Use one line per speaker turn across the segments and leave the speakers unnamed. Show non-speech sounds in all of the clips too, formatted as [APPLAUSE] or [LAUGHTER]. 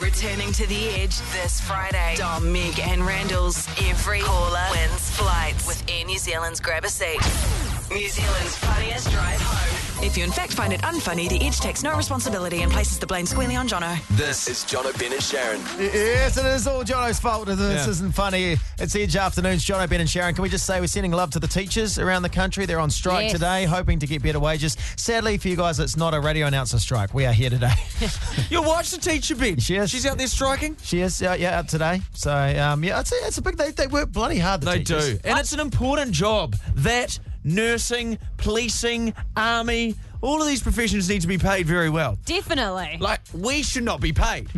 Returning to the edge this Friday. Dom, Meg, and Randall's every caller wins flights with Air New Zealand's Grab a Seat. New Zealand's funniest drive home.
If you in fact find it unfunny, the Edge takes no responsibility and places the blame squarely on Jono.
This is John Ben and Sharon.
Yes, it is all Jono's fault. This
Yeah.
isn't funny. It's Edge Afternoons. Jono, Ben, and Sharon. Can we just say we're sending love to the teachers around the country? They're on strike
Yes.
today, hoping to get better wages. Sadly for you guys, it's not a radio announcer strike. We are here
[LAUGHS]
today.
You'll watch the teacher, Ben.
She is.
She's out there striking.
she is out, yeah, out today. So, um, yeah, it's a, it's a big, they, they work bloody hard, the
They
teachers.
do. And it's an important job. That, nursing, policing, army, all of these professions need to be paid very well.
Definitely.
Like, we should not
[LAUGHS]
be paid.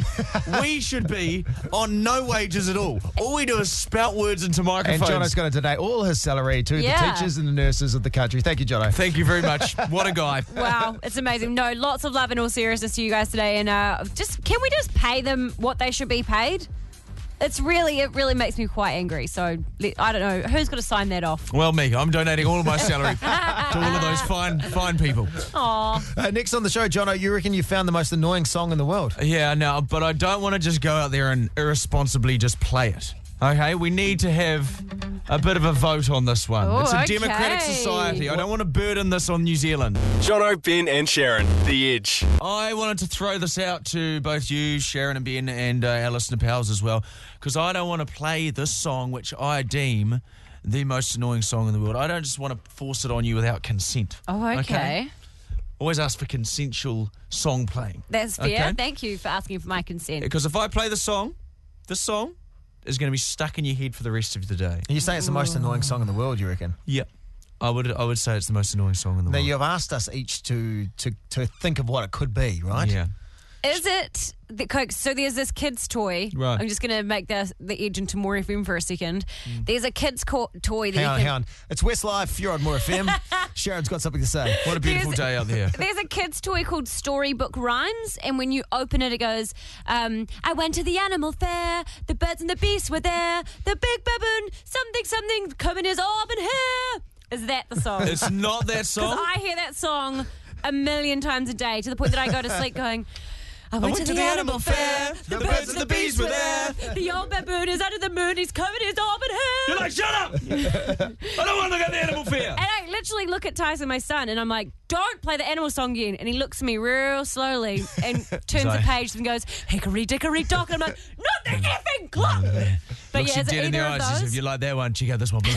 we should be on no wages at all. All we do is spout words into
And
microphones.
Jono's going to donate all his salary to
Yeah.
the teachers and the nurses of the country. Thank you, Jono.
Thank you very much. What a guy.
Wow, it's amazing. No, lots of love and all seriousness to you guys today. And uh, just can we just pay them what they should be paid? It's really, it really makes me quite angry. So le- I don't know who's going to sign that off.
Well, me. I'm donating all of my salary to all of those fine, fine people.
Aw,
Uh, next on the show, Jono, you reckon you found the most annoying song in the world?
Yeah, no, but I don't want to just go out there and irresponsibly just play it. Okay, we need to have a bit of a vote on this one.
Oh,
it's a
okay.
democratic society. I don't want to burden this on New Zealand.
Jono, Ben, and Sharon. The Edge.
I wanted to throw this out to both you, Sharon and Ben, and uh, our listener pals as well, because I don't want to play this song, which I deem the most annoying song in the world. I don't just want to force it on you without consent.
oh, okay.
Always ask for consensual song playing.
That's fair.
Okay.
Thank you for asking for my consent.
Because if I play the song, this song is going to be stuck in your head for the rest of the day.
You say it's the most annoying song in the world, you reckon?
Yep. I would I would say it's the most annoying song in the
Now,
world.
you've asked us each to, to, to think of what it could be, right?
Yeah.
Is it the Coke? So there's this kid's toy.
Right.
I'm just going to make the the edge into more FM for a second. There's a kid's co- toy that
Hang
you
on,
can
hang on. It's Westlife, you're on More
[LAUGHS]
FM. Sharon's got something to say.
What a beautiful
There's-
day
[LAUGHS]
out there.
There's a kid's toy called Storybook Rhymes, and when you open it, it goes, um, I went to the animal fair, the birds and the beasts were there, the big baboon, something, something, coming is off in here. Is that the song? Because
It's
[LAUGHS]
not that song.
I hear that song a million times a day to the point that I go to sleep going, I went,
went to the animal fair, the birds and the bees were there."
The old baboon is under the moon, he's coming his orb in here.
You're like, shut
[LAUGHS]
up! I don't want to look at the animal fair.
And I literally look at Tyson, my son, and I'm like, don't play the animal song again. And he looks at me real slowly and turns the
like-
page and goes, hickory dickory dock. And I'm like, not the effing clock. But
Looks
yeah,
you
is it
dead in the
either of
eyes. and says,
those?
If you like that one, check out this one,
[LAUGHS]
Blue.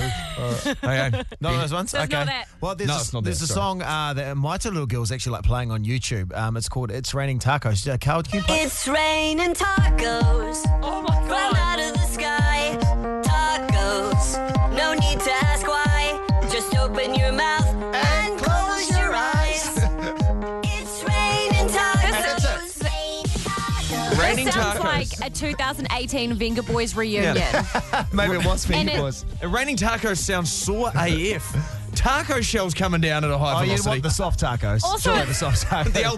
okay.
Not those ones?
That's
okay.
not it.
Well, there's,
No,
a,
it's not
there's
that,
a
sorry.
song uh, that my two little girls actually like playing on YouTube. Um, it's called It's Raining Tacos. Uh, Carl, can you play
It's raining tacos.
oh my
Fell
God.
out of the sky. Tacos. No need to ask why. Just open your mouth and, close your eyes. it's raining tacos.
Raining
This sounds
tacos.
like a 2018 Venga Boys reunion.
Maybe it was
And
Finger
it-
Boys.
Uh, Raining tacos sounds sore AF. Taco shells coming down at a high
Oh, you
velocity.
want the soft tacos.
Also-
Sure, the [LAUGHS] soft tacos.
the El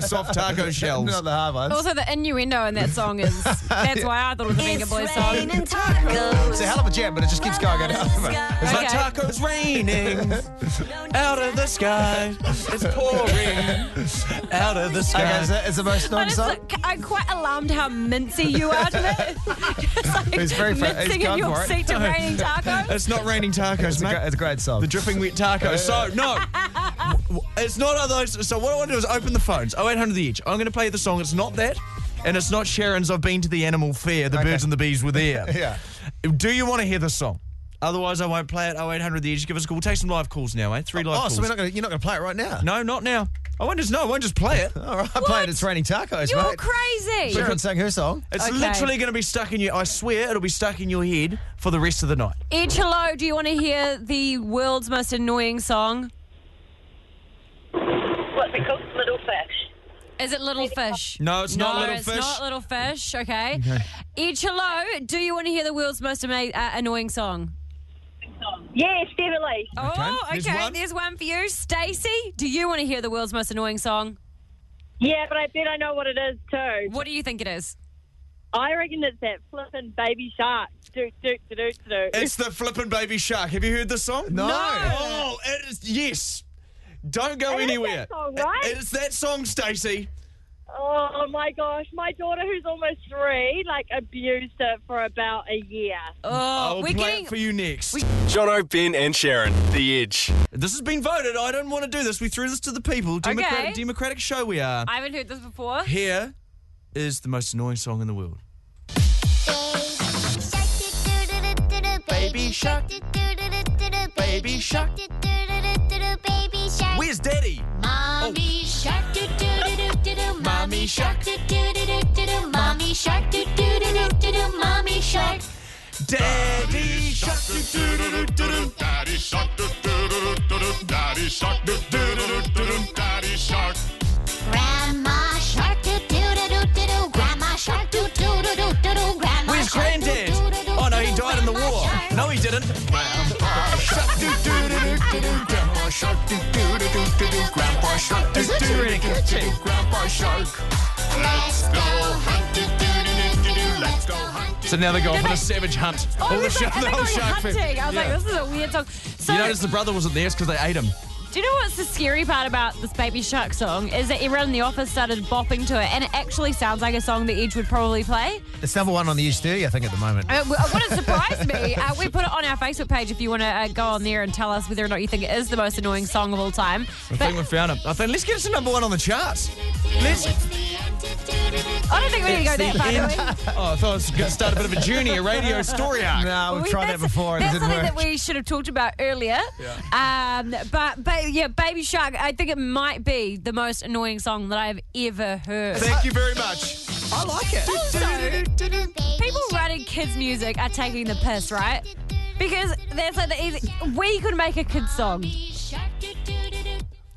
[LAUGHS]
soft
[LAUGHS]
taco shells.
Not the hard ones.
[LAUGHS] Also, the innuendo in that song is that's why I thought it was a Venga Boys
It's
song.
raining tacos.
it's a hell of a jam, but it just keeps going. [LAUGHS] out of it.
It's
Okay.
like tacos
[LAUGHS]
raining out of the sky. It's pouring out of the
Okay,
sky.
is that is the most
I
annoying
just,
song?
look- I'm quite alarmed how mincy you are today. [LAUGHS] it's like
He's very fr- he's
mincing in
gone
your
for it.
seat to raining tacos.
it's not raining tacos,
It's a,
mate.
great, it's a great song.
The dripping wet taco. So no, W- w- it's not of those. So what I want to do is open the phones. 0800 the edge. I'm going to play the song. It's not that, and it's not Sharon's. I've been to the animal fair. The birds and the
[LAUGHS]
bees were there.
Yeah.
Do you want to hear this song? Otherwise, I won't play it. 0800 the edge. Give us a call. We'll take some live calls now, eh? Three live
oh,
calls.
so we're not gonna, you're not going to play it right now?
no, not now. I won't just no. I won't just
[LAUGHS]
play it.
All right, I played It's Raining Tacos,
You're
mate.
crazy.
Sharon sang her song.
It's
Okay.
literally going to be stuck in your. I swear, it'll be stuck in your head for the rest of the night.
Edge hello, do you want to hear the world's most annoying song?
What's it called? Little fish.
Is it Little Fish?
No, it's not Little
it's
Fish.
not Little Fish. Okay. Edge hello, do you want to hear the world's most ama- uh, annoying song?
Yes, definitely.
Oh, okay.
there's
There's
one.
one, for you, Stacey. Do you want to hear the world's most annoying song?
Yeah, but I bet I know what it is too.
What do you think it is?
I reckon it's that flippin' baby shark. Doot, doot, doot, doot, doot.
It's the flippin' baby shark. Have you heard this song?
No.
Oh, it is, yes. Don't go
It is
anywhere.
that song, right?
It- It's that song, Stacey.
Oh my gosh, my daughter who's almost three, like abused it for about a year.
I
Oh, we're
will play
getting.
it for you next.
Jono, Ben, and Sharon, The Edge.
This has been voted. I don't want to do this. We threw this to the people. Democratic,
Okay.
democratic show we are.
I haven't heard this before.
Here is the most annoying song in the world.
Baby shark. Baby shark. Baby shark.
Where's Daddy?
Mommy shark. Do do do do do do. Mommy shark. Do do do do do do. Mommy shark. Do do do do do do. Mommy shark.
Daddy Shark.
Daddy shark, do do do do do. Daddy shark, do do do do do. Daddy shark.
Grandma shark. Do do do do do do. Grandma shark. Do do do do do do. Grandma
Where's
shark. do,
Granddad?
do, do, do,
Oh no,
do,
he
do.
died in the
Grandma
war.
shark.
No, he didn't.
Grandpa shark, do do do do do. Grandma shark, do do do do do do. Grandpa shark, do
Is that your Rinpoche?
Grandpa shark. Let's go hunt, do do do do do. Let's go hunt.
So now they go off on a savage hunt.
Oh,
[LAUGHS] All
it
the
was
shark,
like,
the
I
whole
think
shark
I was hunting.
fin-
I was
Yeah.
like, this is a weird song. So,
You notice the brother wasn't there because they ate him.
do you know what's the scary part about this Baby Shark song? Is that everyone in the office started bopping to it, and it actually sounds like a song that Edge would probably play.
It's number one on the Edge 30, I think, at the moment.
Uh, w- uh, wouldn't surprise me. Uh, we put it on our Facebook page if you want to uh, go on there and tell us whether or not you think it is the most annoying song of all time.
I think we found him. I think let's get it to number one on the charts. Let's.
I don't think we need to go that far, do we?
Oh, I thought I was going to start a bit of a journey, a radio story arc.
No, we've
We-
tried that
that's-
before. It
That's
didn't
something
work.
that we should have talked about earlier. Um, but, but yeah, Baby Shark, I think it might be the most annoying song that I've ever heard.
Thank you very much. I like it.
Also, people writing kids' music are taking the piss, right? Because that's like the easy. We could make a kids' song.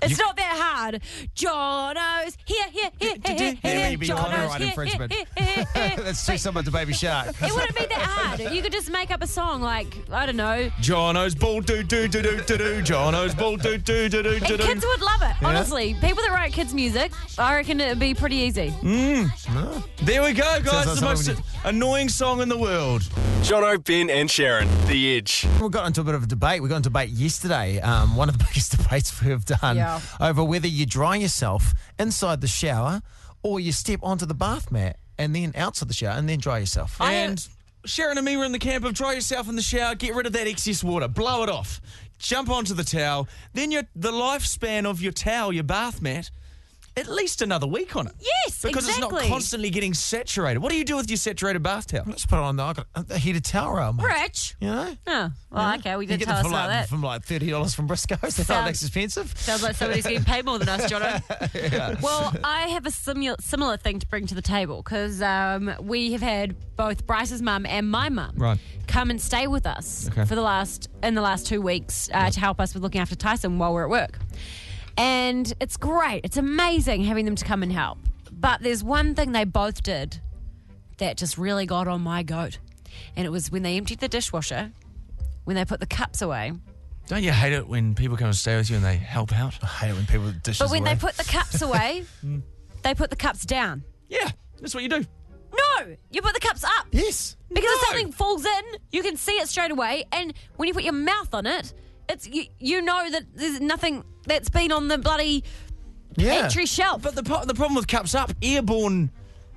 It's not that hard. Jono's here, here, here, here, here,
There may
here,
be
Jono's
copyright
here,
infringement.
here, here, here,
[LAUGHS]
here.
Let's do something to Baby Shark.
[LAUGHS] It wouldn't be that hard. You could just make up a song like, I don't know,
Jono's ball do do do do do do. Jono's ball do do do do do
And kids
do.
would love it, honestly. People that write kids' music, I reckon it'd be pretty easy.
Mm. There we go, guys.
like
the most
something
annoying song in the world.
Jono, Ben, and Sharon, The Edge.
We got into a bit of a debate. We got into debate yesterday. Um, one of the [LAUGHS] biggest debates we have done
Yeah.
over whether you dry yourself inside the shower or you step onto the bath mat and then outside the shower and then dry yourself.
And Sharon and me were in the camp of dry yourself in the shower, get rid of that excess water, blow it off, jump onto the towel. Then your the lifespan of your towel, your bath mat, at least another week on it.
Yes,
because it's
exactly.
not constantly getting saturated. What do you do with your saturated bath towel?
Let's put it on the, I got a heated towel rail, mate.
Rich.
You know?
Oh, well, okay, we
You
did
get
tell
them
us
from
about
like,
that.
from like thirty dollars from Briscoe's. They're not
Sounds-
expensive.
Sounds like somebody's getting paid more than us,
[LAUGHS]
Jono. Well, I have a similar similar thing to bring to the table because um, we have had both Bryce's mum and my mum
Right.
come and stay with us
Okay.
for the last in the last two weeks uh, to help us with looking after Tyson while we're at work. And it's great. It's amazing having them to come and help. But there's one thing they both did that just really got on my goat. And it was when they emptied the dishwasher, when they put the cups away.
Don't you hate it when people come and stay with you and they help out?
I hate it when people dishes
But when
away. Hmm.
they put the
[LAUGHS]
cups away, they put the cups down.
[SIGHS] Yeah, that's what you do.
No, you put the cups up.
yes.
Because if
No.
something falls in, you can see it straight away, and when you put your mouth on it, it's you, you know that there's nothing that's been on the bloody
Yeah.
entry shelf.
But the po- the problem with cups up, airborne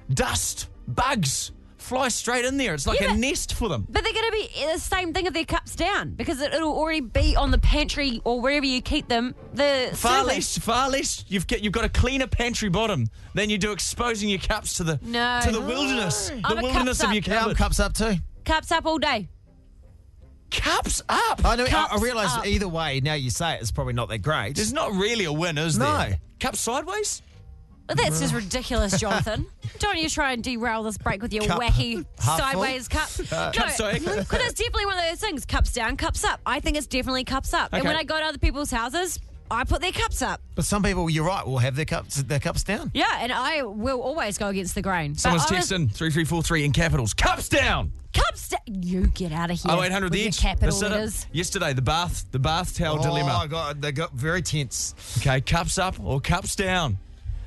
dust, bugs fly straight in there. It's like
Yeah,
a
but-
nest for them.
But they're going to be eh, the same thing if their cups down because it, it'll already be on the pantry or wherever you keep them. The
Far
serving.
less, far less. You've get, you've got a cleaner pantry bottom than you do exposing your cups to the
No.
to the wilderness,
I'm
the
a
wilderness
cups
of
up.
your
Yeah, I'm
cupboard.
cups up too.
cups up all day.
cups up.
I know. I, I
Cups
realise
up.
either way. Now you say it, it's probably not that great.
There's not really a win, is
No.
there? Cup sideways.
Well, that's
[LAUGHS]
just ridiculous, Jonathan. Don't you try and derail this break with your
Cup.
wacky
Half full? [LAUGHS]
sideways cup. [LAUGHS]
Cup side.
Because it's definitely one of those things cups down, cups up. I think it's definitely cups up. And
Okay.
when I go to other people's houses, I put their cups up.
but some people, you're right, will have their cups their cups down.
Yeah, and I will always go against the grain. But
Someone's
I was-
texting three three four three in capitals. Cups down.
Cups down. You get out of here.
Oh eight hundred
with
the
your
edge.
capital
The sit-up.
letters.
Yesterday the bath the bath towel
Oh
dilemma.
my god, they got very tense.
Okay, cups up or cups down.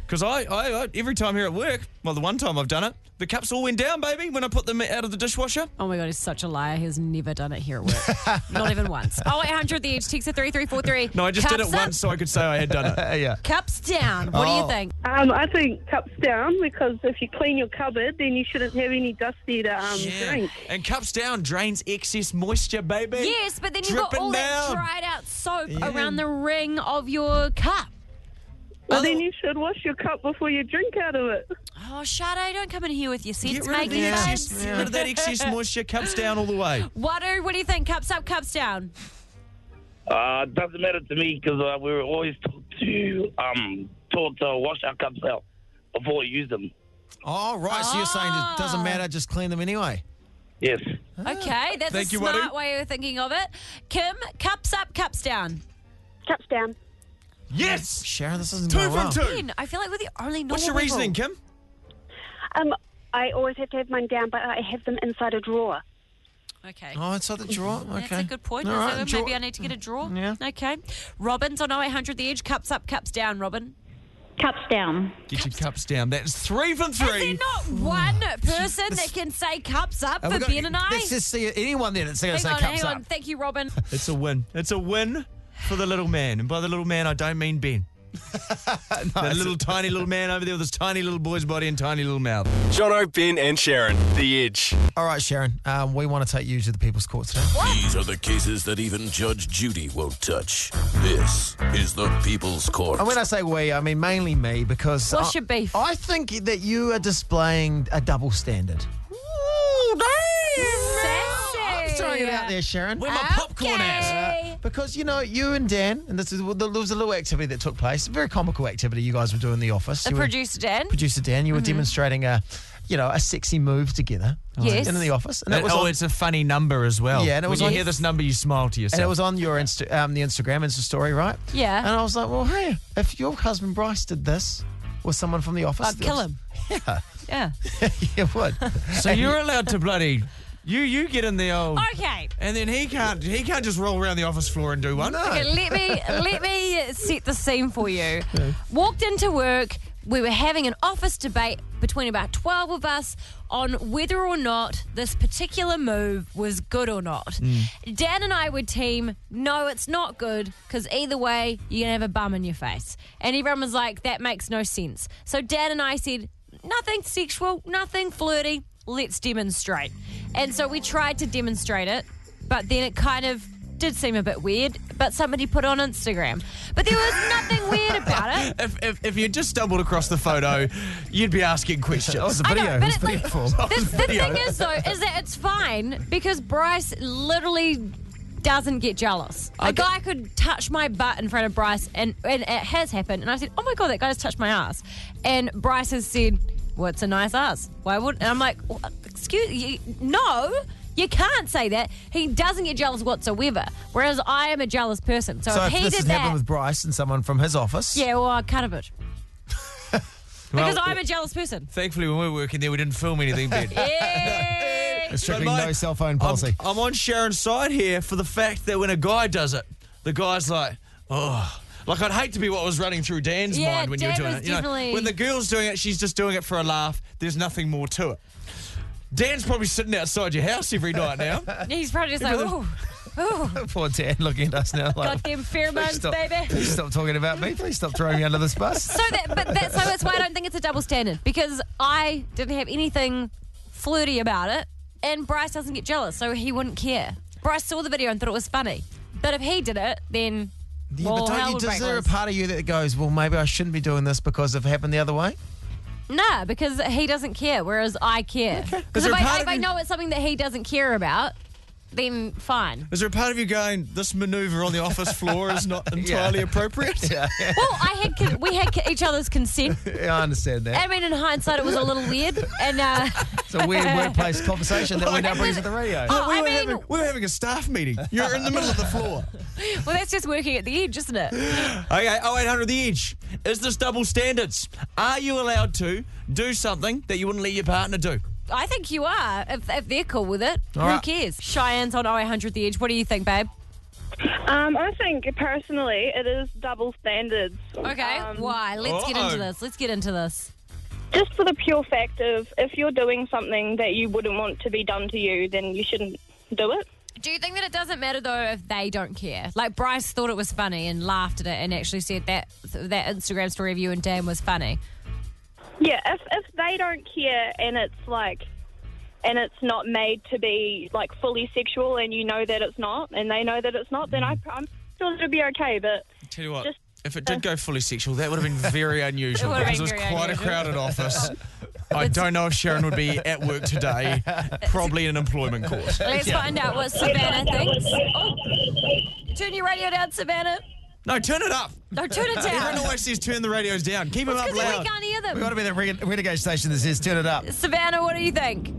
Because I, I, I, every time here at work, well, the one time I've done it, the cups all went down, baby, when I put them out of the dishwasher.
Oh my god, he's such a liar. He's never done it here at
[LAUGHS]
work. Not even once. Oh eight hundred the edge text at three three four three.
No, I just did
Cups
it
up,
once so I could say I had done it.
Uh, yeah.
Cups down. What do
Oh.
you think?
Um, I think cups down because if you clean your cupboard, then you shouldn't have any dust there to um, drink.
And cups down drains excess moisture, baby.
Yes, but then you've got
Dripping
all that
down.
dried out soap around the ring of your cup.
Well, then you should wash your cup before you drink out of it.
Oh, Sade, don't come in here with your
Get
sense
rid, of the
making
excess,
vibes.
get rid of that [LAUGHS] excess moisture, cups down all the way.
Wadu, what do you think? Cups up, cups down.
Uh, doesn't matter to me because uh, we were always taught to um, taught to wash our cups out before we use them.
Oh, right. So you're saying it doesn't
Ah.
matter, just clean them anyway.
Yes.
Ah.
Okay, that's
Thank
a
you,
smart
Wadu.
way of thinking of it. Kim, cups up, cups down.
Cups down.
Yes!
Sharon, this isn't
Two
going
from
well.
two.
Again, I feel like we're the only normal
What's your
people.
reasoning, Kim?
Um, I always have to have mine down, but I have them inside a drawer.
Okay.
Oh, inside the drawer. Okay.
That's a good point.
All
So
right, drawer-
maybe I need to get a draw.
Yeah.
Okay. Robin's on 0800 The Edge. Cups up, cups down, Robin.
Cups down.
Get your cups down. That's three from
Is there
three.
not
[SIGHS]
one person that can say cups up
Have we
for
got-
Ben and I?
Let's just see anyone there that's going to
Hang
say
on,
cups
hang
up.
on. Thank
[LAUGHS]
you, Robin.
It's a win. It's a win for the little man. And by the little man, I don't mean
[LAUGHS]
Ben. that little tiny little man over there with his tiny little boy's body and tiny little mouth.
Jono, Ben, and Sharon, The Edge.
All right, Sharon. Um, we want to take you to the People's Court today.
These are the cases that even Judge Judy won't touch. This is the People's Court.
And when I say we, I mean mainly me because.
What's
I,
your beef?
I think that you are displaying a double standard.
Sassy.
Throwing it out there, Sharon. Uh,
Where my popcorn at?
Okay.
Because you know you and Dan, and this is there was a little activity that took place, a very comical activity you guys were doing in the office.
The
You were-
producer, Mm-hmm. Dan.
producer Dan, you were demonstrating a, you know, a sexy move together.
Yes.
in the office, and
And
it was
oh,
on,
it's a funny number as well.
Yeah, and it
when
was
you
on-
hear this number, you smile to yourself.
and it was on your Insta, um, the Instagram Insta story, right?
Yeah.
And I was like, well, hey, if your husband Bryce did this with someone from the office,
I'd
[LAUGHS]
kill him.
Yeah,
[LAUGHS] Yeah.
[LAUGHS] you
[LAUGHS]
would. [LAUGHS]
so you're allowed to bloody. You you get in oh, the old.
Okay.
And then he can't he can't just roll around the office floor and do one.
Okay, let me let me set the scene for you. Walked into work. We were having an office debate between about twelve of us on whether or not this particular move was good or not. Dan and I were team. No, it's not good because either way you're gonna have a bum in your face. And everyone was like, that makes no sense. So Dan and I said, nothing sexual, nothing flirty. Let's demonstrate. And so we tried to demonstrate it but then it kind of did seem a bit weird. But somebody put on Instagram, but there was nothing weird about it.
If, if, if you just stumbled across the photo, you'd be asking questions.
That was a
I
video.
know,
it
but
was
it's
video
like-
form.
The, the
[LAUGHS]
thing is, though, is that it's fine because Bryce literally doesn't get jealous. A guy could touch my butt in front of Bryce, and, and it has happened. And I said, "Oh my god, that guy has touched my ass," and Bryce has said, "Well, it's a nice ass. Why would?" And I'm like, "Well, "Excuse you, no." You can't say that. He doesn't get jealous whatsoever. Whereas I am a jealous person. So,
So
if
if
he
this
did
has
that,
happened with Bryce and someone from his office,
yeah, well, I cut a bit. because
Well,
I'm a jealous person.
[LAUGHS]
Thankfully, when we were working there, we didn't film anything, Ben.
Yeah.
it's strictly
But my-
no cell phone
I'm,
policy.
I'm on Sharon's side here for the fact that when a guy does it, the guy's like, oh. Like, I'd hate to be what was running through Dan's
Yeah,
mind when you were
Dan
doing
was
it. You know,
definitely-
when the girl's doing it, she's just doing it for a laugh. There's nothing more to it. Dan's probably sitting outside your house every night
[LAUGHS]
now.
He's probably just like, ooh,
[LAUGHS]
ooh,
[LAUGHS] Poor Dan looking at us now. Like,
goddamn
please
pheromones,
stop,
baby.
please stop talking about me. Please stop throwing me under this bus.
[LAUGHS] So that, but that, so that's why I don't think it's a double standard because I didn't have anything flirty about it, and Bryce doesn't get jealous, so he wouldn't care. Bryce saw the video and thought it was funny, but if he did it, then
Yeah,
well,
but
hell
don't you,
would
is
break
there a
loose.
part of you that goes, well, maybe I shouldn't be doing this because if it happened the other way?
Nah, because he doesn't care, whereas I care. Because
there
if,
a part
I,
of
if I
you-
know it's something that he doesn't care about, then fine.
[LAUGHS] Is there a part of you going, this maneuver on the office floor is [LAUGHS] not entirely [LAUGHS] appropriate?
well, I had con- we had each other's consent.
Yeah, I understand that.
I mean, in hindsight, it was a little weird, and. Uh, [LAUGHS]
It's a weird workplace conversation that we now
Like-
bring to the radio.
Oh,
we,
I
were
mean-
having, we were having a staff meeting. You're in the middle of the floor.
Well, that's just working at the edge, isn't it?
[LAUGHS] Okay, 0800 The Edge. Is this double standards? Are you allowed to do something that you wouldn't let your partner do?
I think you are. If, if they're cool with it,
All
who
right.
cares? Cheyenne's on 0800 The Edge. What do you think, babe?
Um, I think personally it is double standards.
Okay, why? Let's get into
uh-oh.
this. Let's get into this.
Just for the pure fact of if you're doing something that you wouldn't want to be done to you, then you shouldn't do it.
Do you think that it doesn't matter though if they don't care? Like Bryce thought it was funny and laughed at it and actually said that that Instagram story of you and Dan was funny.
Yeah, if if they don't care and it's like and it's not made to be like fully sexual and you know that it's not and they know that it's not, then I I'm sure it'll be okay, but
Tell you what,
Just-
if it
uh,
did go fully sexual, that would have
[LAUGHS]
been very unusual
It would have
because it
been
was
very
quite a
unusual.
crowded office. I don't know if Sharon would be at
[LAUGHS]
work today, probably in an employment court.
Let's
Uh, Yeah.
find out what Savannah thinks. Oh, turn your radio down, Savannah.
No, turn it up.
No, turn it down.
Everyone always says turn the radios down. Keep them
It's
up
'cause then we
loud.
can't hear them.
We've got to be the reg- renegade station that says turn it
[LAUGHS]
up.
Savannah, what do you think?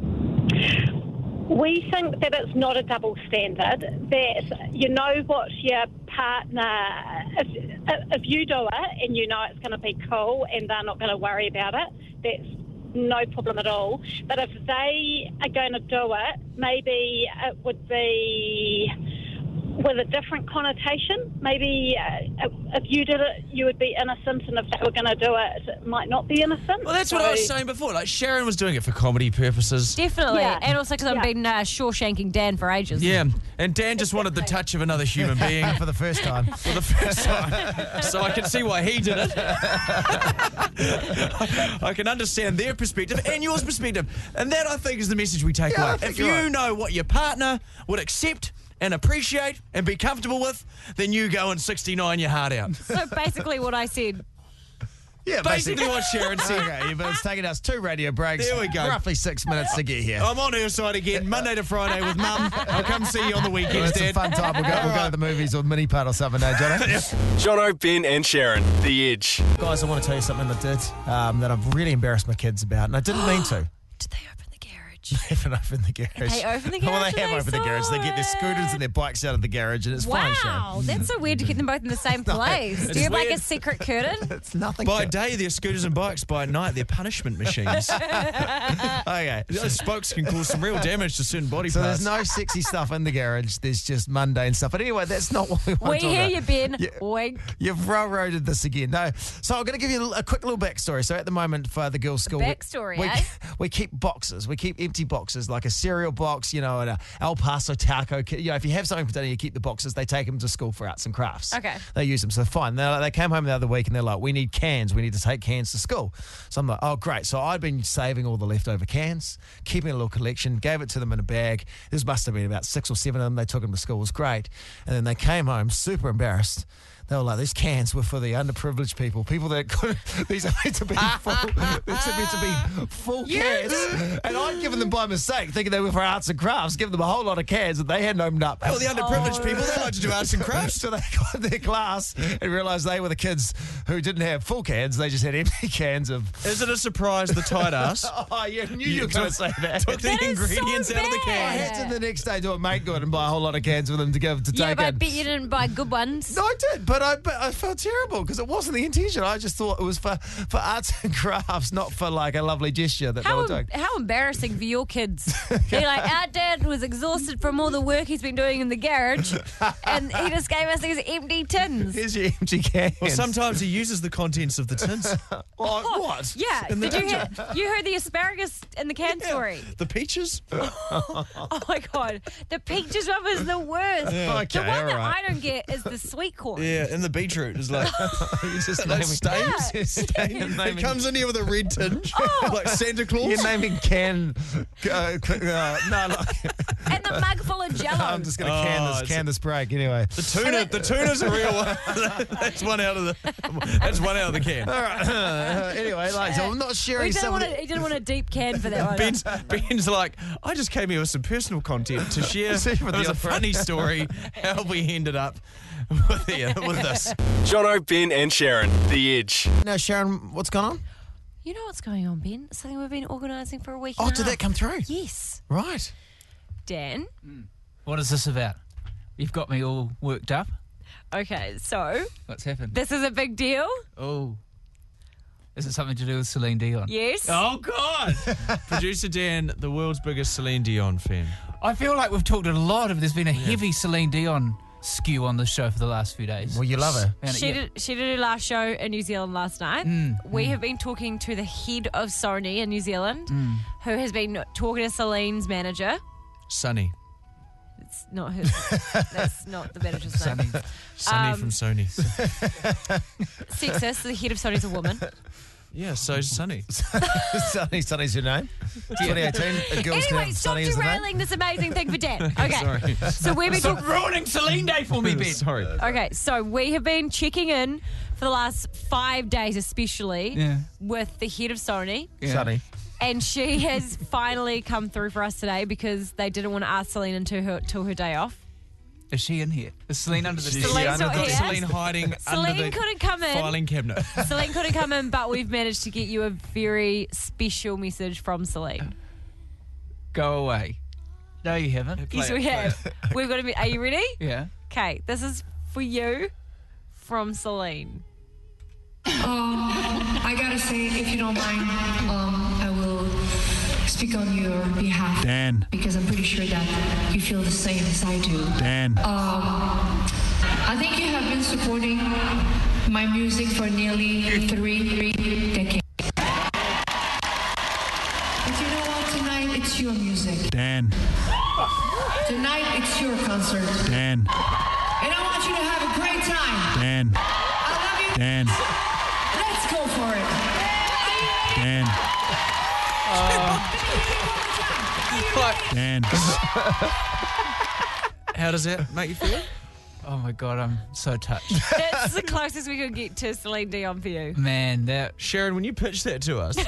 We think that it's not a double standard, that you know what your partner, if, if you do it and you know it's going to be cool and they're not going to worry about it, that's no problem at all. But if they are going to do it, maybe it would be with a different connotation. Maybe uh, if you did it, you would be innocent, and if they were going to do it, it might not be innocent.
Well, that's what I was
So-
saying before. Like Sharon was doing it for comedy purposes.
Definitely.
Yeah.
And also because I've been uh, Shawshanking Dan for ages.
Yeah, and Dan just wanted the touch of another [LAUGHS] human being
for the first time.
For the first time, so I can see why he did it. [LAUGHS] I can understand their perspective and yours perspective, and that I think is the message we take
Yeah, I
away.
think
If
you're
you
right.
know what your partner would accept and appreciate and be comfortable with, then you go and 69 your heart out.
So basically what I said.
Yeah,
[LAUGHS] Basically what Sharon said.
Okay, yeah, but it's taken us two radio breaks.
There we go.
Roughly six minutes to get here.
[LAUGHS] I'm on her side again, Monday to Friday with Mum. I'll come see you on the
Well,
weekends,
it's a
Dad.
fun time. We'll go, we'll go to the movies or mini part or something, eh, Jono?
Jono, Ben, and Sharon, The Edge.
[LAUGHS] Guys, I want to tell you something I did um, that I've really embarrassed my kids about, and I didn't mean to.
[GASPS]
Did they open the garage? They haven't opened the garage.
They opened the
[LAUGHS] Well,
garage
they have
and they
opened the garage. They get their scooters and their bikes out of the garage, and it's fine, Sharon.
Wow, that's so weird to get them both in
[LAUGHS]
the same place.
It's
Do you have like a
weird.
secret curtain?
It's nothing.
By day, they're scooters and bikes. By night, they're punishment
[LAUGHS]
machines.
okay.
Those spokes can cause some real damage to certain body
So
parts.
there's no sexy stuff in the garage. There's just mundane stuff. But anyway, that's not what we
We
want to talk
hear
about.
you, Ben.
Yeah.
Wink.
You've railroaded this again. No. So I'm going to give you a a quick little backstory. So at the moment for the girls' school, we-
Backstory,
we,
eh?
[LAUGHS] we keep boxes. We keep empty boxes, like a cereal box, you know, and a El Paso taco. ki- You know, if you have something for dinner, you keep the boxes. They take them to school for arts and crafts.
Okay.
They use them. So fine. They're like- they came home the other week and they're like, we need cans. We need to take cans to school. So I'm like, oh, great. So I'd been saving all the leftover cans, keeping a little collection, gave it to them in a bag. This must have been about six or seven of them. They took them to school. It was great. And then they came home super embarrassed. They were like, these cans were for the underprivileged people, people that [LAUGHS] could, these are meant to be full, it's meant to be full cans. And I'd given them by mistake, thinking they were for arts and crafts, given them a whole lot of cans that they hadn't opened up.
Well, the underprivileged people, they like to do arts and
[LAUGHS]
crafts.
So they got their class and realised they were the kids who didn't have full cans. They just had empty [LAUGHS] cans of.
Is it a surprise the
[LAUGHS]
tight ass
Oh, yeah, knew you were going to [LAUGHS] say that.
took the
That is so
ingredients out of the
I
can?
bad.
had to the next day do a make good and buy a whole lot of cans for them to give to
Yeah,
take
but I
in.
bet you didn't buy good ones.
No, I did, but I but I felt terrible because it wasn't the intention. I just thought it was for, for arts and [LAUGHS] crafts, not for like a lovely gesture that they were
How,
doing.
how embarrassing for your
[LAUGHS]
kids. They're like, our dad was exhausted from all the work he's been doing in
[LAUGHS]
the garage, and he just gave us these empty tins.
Here's your empty cans.
Well, sometimes he uses the contents of the tins.
[LAUGHS] Like, what?
Oh, Yeah,
In the
did you
[LAUGHS]
hear? [LAUGHS] You heard the asparagus in the can story.
The
[LAUGHS]
peaches?
Oh my god, the peaches one was the worst.
Okay,
the one
all
that
right.
I don't get is the
[LAUGHS]
sweet corn.
Yeah, and the beetroot is like. [LAUGHS]
You [LAUGHS] just
Like
naming,
stains?
Just stains,
He
naming-
comes in here with a
[LAUGHS]
red tinge, like Santa Claus.
You're naming can. [LAUGHS] Uh, c- uh, no, look,
And the mug full of jello.
[LAUGHS] I'm just going to can
Oh,
this
it's-
can this break anyway.
The tuna, the tuna's
[LAUGHS]
a real one. [LAUGHS] that's one out of the. That's one out of the can.
All right. [LAUGHS] Uh, anyway, like, so I'm not
We
sharing
didn't
some.
want
of
a,
the-
he didn't want a deep can
[LAUGHS]
for
[LAUGHS]
that one.
Ben's, Ben's like, I just came here with some personal content
[LAUGHS]
to share.
See
It
for the
was a
offer.
funny story how we ended up with, here, with this.
Jono, Ben, and Sharon, The Edge.
Now, Sharon, what's going on?
You know what's going on, Ben? Something we've been organising for a week.
Oh,
and a
did
half.
that come through?
Yes,
Right.
Dan.
Mm. What is this about? You've got me all worked up.
Okay, so
What's happened?
this is a big deal.
oh. Is it something to do with Celine Dion?
Yes.
[LAUGHS] Oh, God.
[LAUGHS] Producer Dan, the world's biggest Celine Dion fan.
I feel like we've talked a lot of. There's been a heavy Celine Dion skew on the show for the last few days. Well,
you love her.
She did, she did her last show in New Zealand last night.
Mm,
we have been talking to the head of Sony in New Zealand,
Mm.
who has been talking to Celine's manager.
Sunny.
It's
[LAUGHS]
not his. that's not the manager's name.
Sunny. Sunny
Um,
from Sony.
Sexist. The head of Sony's a woman.
yeah,
[LAUGHS]
so Sunny.
[LAUGHS] Sunny, Sunny's your name. 2018. A girl's
anyway,
name.
stop
Sunny is the name.
derailing this amazing thing for Dan. Okay. So we've been
Stop
talk-
ruining Celine Day for me, Ben. Sorry.
Okay, so we have been checking in for the last five days, especially
Yeah.
with the head of Sony.
Sunny.
And she has finally come through for us today because they didn't want to ask Celine until her, till her day off.
Is she in here? Is Celine under the
She's
desk?
Celine's under not the- here.
[LAUGHS]
Celine
hiding
Celine couldn't come in.
filing
cabinet.
Celine couldn't come in, but we've managed to get you a very special message from Celine.
Go away. No, you haven't.
yes, we have. [LAUGHS] We've got to be. Are you ready?
Yeah.
Okay, this is for you from Celine.
Um, I gotta say, if you don't mind, um, I will speak on your behalf.
Dan.
Because I'm pretty sure that you feel the same as I do.
Dan.
Um, I think you have been supporting my music for nearly three, three decades. But you know what? Tonight it's your music.
Dan.
Tonight it's your concert.
Dan.
And I want you to have a great time.
Dan. Dan.
Let's go for it.
Dan.
[LAUGHS]
Dan.
How does that make you feel? Oh my god, I'm so touched.
That's the closest we could get to Celine Dion for you.
Man, that
Sharon, when you pitched that to us,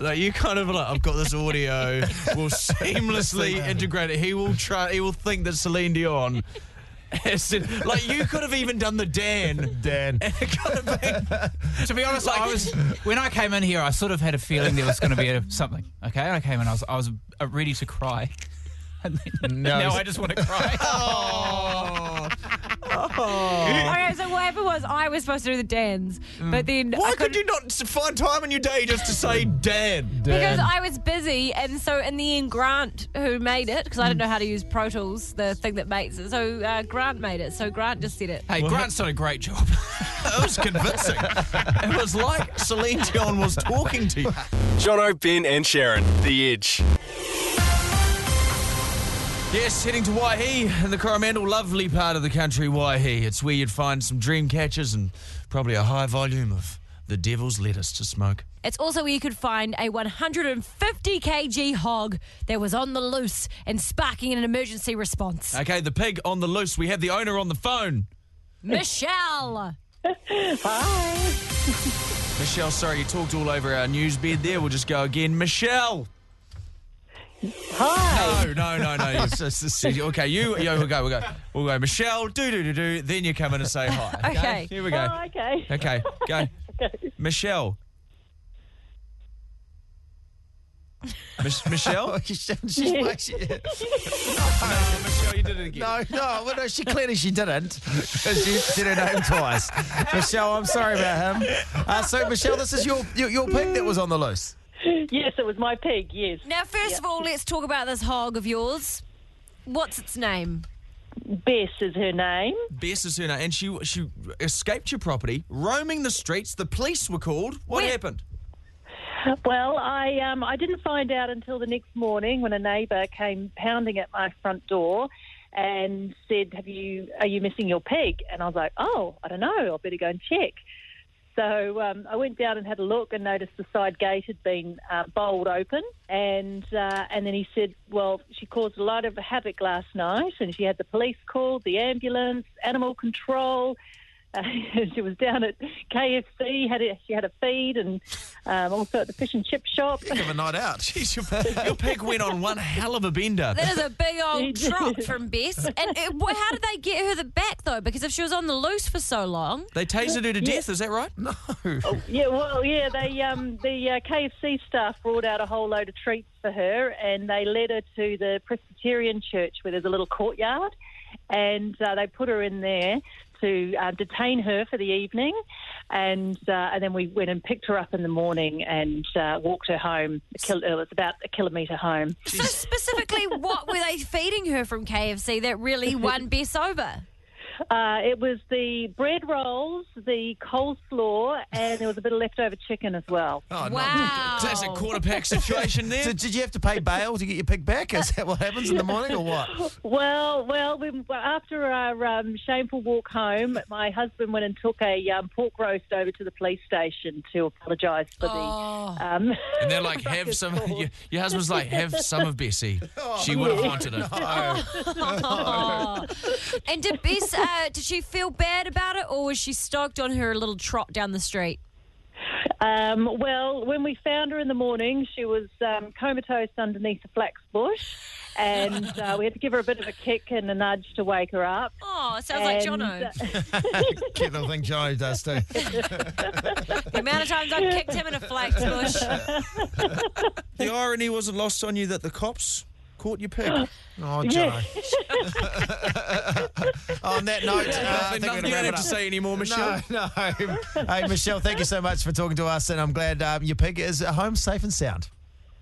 like you kind of like, I've got this audio,
[LAUGHS]
will seamlessly integrate it. He will try. He will think that Celine Dion. has said- like you could have even done the Dan.
Dan.
[LAUGHS]
[LAUGHS]
[LAUGHS]
to be honest, I was when I came in here, I sort of had a feeling there was going to be a, something. Okay, I came in, I was I was uh, ready to cry.
[LAUGHS]
And then,
No.
now I just want to [LAUGHS] cry.
Okay, so what happened was I was supposed to do the dance, but then
Why
I
could you not s- find time in your day just to say Dan?
Because I was busy, and so in the end, Grant, who made it, because I didn't know how to use Pro Tools, the thing that makes it, so uh, Grant made it. So Grant just did it.
Hey, Grant's done a great
[LAUGHS]
job.
It was
[LAUGHS]
convincing. it was like Celine Dion was talking to you.
Jono, Ben, and Sharon, The Edge.
Yes, heading to Waihee in the Coromandel, lovely part of the country, Waihee. It's where you'd find some dream catchers and probably a high volume of the devil's lettuce to smoke.
It's also where you could find a 150 kg hog that was on the loose and sparking an emergency response.
Okay, the pig on the loose. We have the owner on the phone.
Michelle!
Michelle, sorry, you talked all over our news bed there. We'll just go again. Michelle! Hi. No, no, no, [LAUGHS] no. It's just- it's- okay, you, yeah, we'll go, we'll go. We'll go, Michelle, do, do, do, do. Then you come in and say hi.
Okay.
Here we go.
Oh, okay.
Okay, [LAUGHS] go. Michelle. Mich- [LAUGHS] Michelle?
[LAUGHS] She's like, she-
Michelle, you did it again.
no, no, well, no, she clearly she didn't. 'cause She said her name twice. Michelle, I'm sorry about him. Uh, so, Michelle, this is your, your your pig that was on the loose.
Yes, it was my pig, yes.
Now, first of all, let's talk about this hog of yours. What's its name?
Bess is her name.
Bess is her name, and she she escaped your property, roaming the streets. The police were called. What happened?
Well, I um, I didn't find out until the next morning when a neighbour came pounding at my front door and said, "Have you are you missing your pig?" And I was like, "Oh, I don't know. I better go and check." So um, I went down and had a look and noticed the side gate had been uh, bowled open. And uh, and then he said, "Well, she caused a lot of havoc last night, and she had the police called, the ambulance, animal control." Uh, [LAUGHS] she was down at KFC. Had a, she had a feed, and um, also at the fish and chip shop. [LAUGHS]
Have a night out.
[LAUGHS] Jeez, your, your pig went on one hell of a bender.
That is a big old
She did.
trot from Bess. And it, wh- how did they get her the back though? Because if she was on the loose for so long,
They tasered her to death. Is that right? No.
Yeah, well, yeah, they um, the uh, KFC staff brought out a whole load of treats for her, and they led her to the Presbyterian church where there's a little courtyard, and uh, they put her in there to uh, detain her for the evening, and uh, and then we went and picked her up in the morning and uh, walked her home. A kil- it was about a kilometre home.
So specifically, what were they feeding her from KFC that really won Bess over?
Uh, it was the bread rolls, the coleslaw, and there was a bit of leftover chicken as well.
Oh, wow. So that's a quarter pack situation there.
So did you have to pay bail to get your pig back? Is that what happens in the morning or what?
[LAUGHS]
Well, well, we, after our um, shameful walk home, my husband went and took a um, pork roast over to the police station to apologise for the. Um,
[LAUGHS]
[LAUGHS]
And they're like, have some. Your, your husband's like, have some
[LAUGHS]
of Bessie. She would
Oh,
have wanted it.
and did Bess, uh, did she feel bad about it, or was she stoked on her little trot down the street?
um, well, when we found her in the morning, she was um, comatose underneath a flax bush, and uh, we had to give her a bit of a kick and a nudge to wake her up.
Oh, sounds like
And,
Jono.
Cute little thing Johnny does too.
The amount of times I've kicked him in a flax bush.
The irony wasn't lost on you that the cops caught your pig.
Oh,
Joe. [LAUGHS]
Yes. On that note, uh, I think
Nothing
we're gonna wrap
you don't
it
have to
up.
say anymore,
[LAUGHS]
Michelle.
No, no. [LAUGHS] hey, Michelle, thank you so much for talking to us, and I'm glad um, your pig is at home safe and sound.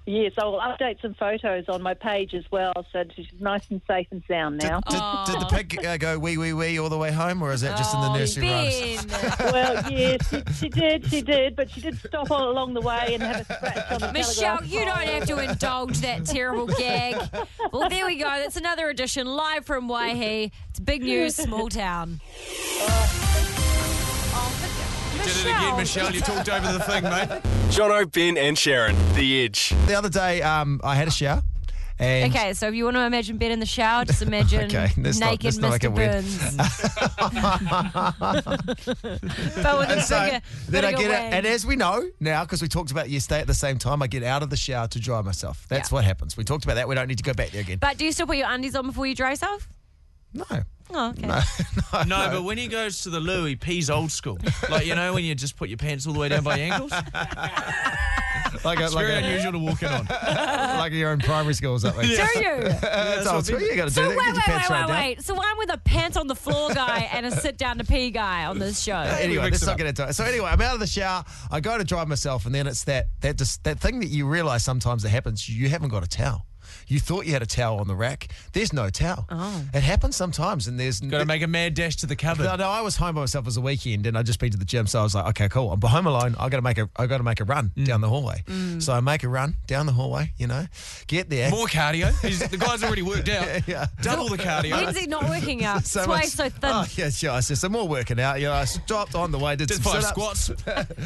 Yes, I will update some photos on my page as well, so she's nice and safe and sound
[LAUGHS]
now.
Oh.
Did, did the pig uh, go wee wee wee all the way home, or is that just in the
Oh,
nursery rhymes?
well, yes, she, she did, she did, but she did stop all along the way and have a scratch on the
Michelle,
telegraph
you don't have to indulge that terrible gag. Well, there we go. That's another edition live from Waihee. It's big news, small town.
You did it again, Michelle. You talked over the thing, mate.
Jono, Ben, and Sharon, The Edge.
The other day, um, I had a shower, and
Okay, so if you want to imagine Ben in the
[LAUGHS]
shower, just imagine
Okay, let's not-
naked
let's not make
Mr.
it weird. [LAUGHS]
Burns. [LAUGHS] but with a
And so
bigger,
then I
bigger
get it,
wang.
and as we know now, because we talked about it yesterday at the same time, I get out of the shower to dry myself. That's what happens. We talked about that. We don't need to go back there again.
But do you still put your undies on before you dry yourself?
No.
Oh, okay. [LAUGHS]
No, but when he goes to the loo, he pees old school. Like, you know, when you just put your pants all the way down by your [LAUGHS] ankles?
Like a,
It's
like
very
a-
unusual to walk in [LAUGHS] on.
like your own primary school or something. [LAUGHS]
Do
you?
That's old school. You got to do
So
that.
wait,
Get your
wait,
pants
wait,
right
wait,
down.
wait. So I'm with a pants on the floor
[LAUGHS]
guy and a sit down to pee guy on this show.
Anyway, let's not get into it. So anyway, I'm out of the shower. I go to dry myself, and then it's that that just that thing that you realise sometimes that happens. You haven't got a towel. You thought you had a towel on the rack. There's no towel. Oh. It happens sometimes, and there's
Got to make a mad dash to the cupboard.
No, no, I was home by myself. It was a weekend, and I'd just been to the gym, so I was like, okay, cool. I'm home alone. I got to make a, I got to make a run down the hallway. So I make a run down the hallway. You know, get there.
More cardio. He's, the guy's already worked out. [LAUGHS] Double the cardio.
Lindsay not
[LAUGHS]
working
[LAUGHS]
out.
So
That's why
much-
he's so thin.
Oh, yeah, sure. I said some more working out. You know, I stopped on the way, did,
Did
some
five
sit-ups,
squats.
[LAUGHS]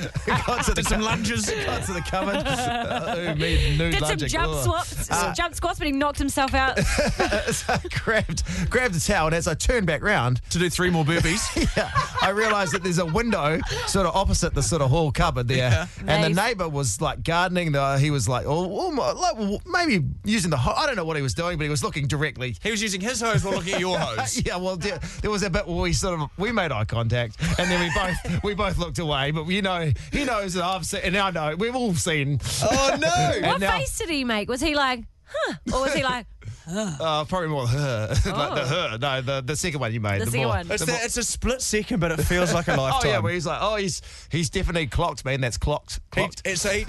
got to the
Did some
cu-
[LAUGHS] lunges.
got to the cupboard.
[LAUGHS]
Uh, me, nude
Did some
lunging.
jump
Ugh.
swaps,
Uh,
jump squats, but he knocked
[LAUGHS]
himself out.
so I grabbed, grabbed the towel, and as I turned back round,
to do three more [LAUGHS] burpees.
yeah, I realised that there's a window sort of opposite the sort of hall cupboard there, and the
Nice.
neighbour was like gardening. The, he was like, oh, oh my, like, well, maybe using the, ho- I don't know what he was doing, but he was looking directly. [LAUGHS]
He was using his hose while looking at [LAUGHS] your hose.
Yeah, well, there, there was a bit where we sort of we made eye contact, and then we both we both looked away. But you know, he knows that I've seen, and I know we've all seen.
Oh,
no!
[LAUGHS]
what face did he make? Was he like, huh? Or was he like,
Uh, probably more her, [LAUGHS] like the her. No, the, the second one you made. Oh.
The
The,
second
more,
one.
It's,
the more-
that, it's a split second, but it feels [LAUGHS] like a lifetime.
Oh yeah, where he's like, oh, he's he's definitely clocked, man. That's clocked,
He,
clocked.
it's a,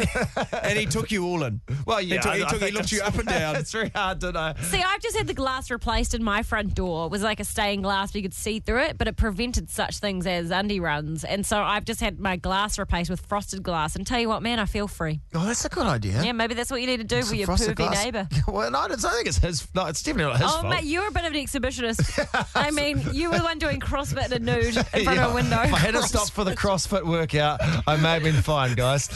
and he took you all [LAUGHS] in.
well,
he
yeah,
took- he
I- I
took- he
think
looked
it's-
you up
[LAUGHS]
and down.
It's very hard to know.
see, I've just had the glass replaced in my front door. It was like a stained glass, but you could see through it, but it prevented such things as undie runs. And so I've just had my glass replaced with frosted glass. And tell you what, man, I feel free.
Oh, that's a good idea.
Yeah, maybe that's what you need to do with
Some
your
frosted
pervy
glass.
neighbour.
[LAUGHS] well, no, I don't think it's his. No, it's definitely not his
Oh,
fault.
mate, you're a bit of an exhibitionist. I mean, you were the one doing CrossFit in a nude in
[LAUGHS]
front
Yeah.
of a window.
If I
[LAUGHS]
hadn't stopped for the CrossFit workout, I may have been fine, [LAUGHS] guys.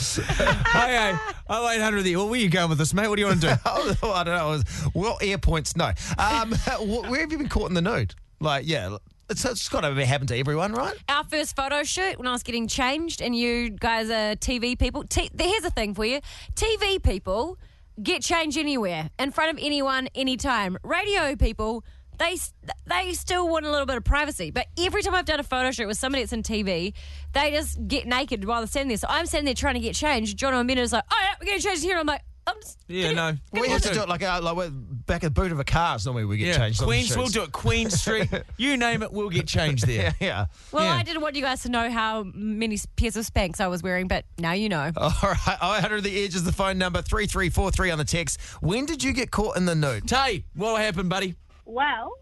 hey, hey, oh eight hundred. Well, where you going with this, mate? What do you want to do?
Oh, [LAUGHS] I don't know. It was- Well, air points, no. Um, [LAUGHS] wh- where have you been caught in the nude? Like, yeah, it's, it's got to happen to everyone, right?
our first photo shoot when I was getting changed, and you guys are TV people. T- here's a thing for you TV people get changed anywhere, in front of anyone, anytime. Radio people, they s- they still want a little bit of privacy. But every time I've done a photo shoot with somebody that's in TV, they just get naked while they're standing there. So I'm standing there trying to get changed. John O'Meara's like, oh, yeah, we're getting changed here. I'm like, I'm just.
Yeah, no.
We have to do it like, uh, like with back of the boot of a car is normally we get changed. on the
Queens, we'll
shoots.
do it. Queen [LAUGHS] Street, you name it, we'll get changed [LAUGHS] there.
yeah, yeah.
Well, I didn't want you guys to know how many pairs of Spanx I was wearing, but now you know.
All right, oh, 0800 The Edge is the phone number, 3343 on the text. When did you get caught in the nude? [LAUGHS]
Tay, what happened, buddy?
Well,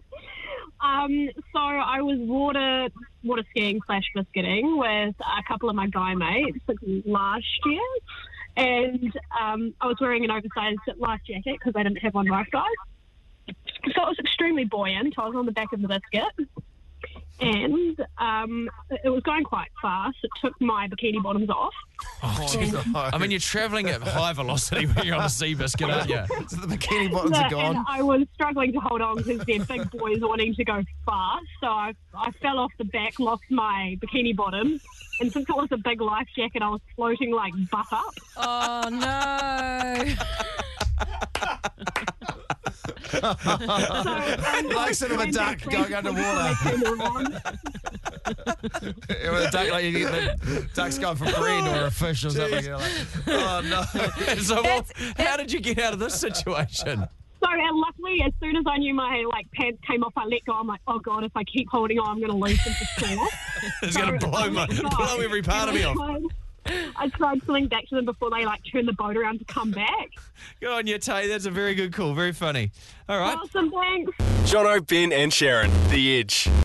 [LAUGHS] um, so I was water water skiing slash biscuiting with a couple of my guy mates last year, and um, I was wearing an oversized life jacket because I didn't have one lifeguard. So I was extremely buoyant. I was on the back of the biscuit, and um, it was going quite fast. It took my bikini bottoms off.
Oh,
Jesus.
I mean, you're travelling at high velocity when you're on a sea biscuit, aren't [LAUGHS] you?
So the bikini bottoms
Yeah,
are gone.
And I was struggling to hold on because they're big boys wanting to go fast. So I, I fell off the back, lost my bikini bottom. And since it was a big life jacket, I was floating like butt up.
Oh, no.
[LAUGHS]
um,
like sort of a duck going underwater. Yeah, with a duck, like you get the duck's going for bread or a fish or something. You're like, oh
no. so, well, how did you get out of this situation? [LAUGHS]
So and luckily, as soon as I knew my like pants came off, I let go. I'm like, oh god, if I keep holding on, I'm going to lose them for
[LAUGHS]
sure.
It's
Oh,
going to blow my, blow every part of me
[LAUGHS]
off.
I tried swimming back to them before they like turned the boat around to come back.
Good on you, Tay. That's a very good call. Very funny. All right.
Awesome, thanks.
Jono, Ben, and Sharon, The Edge.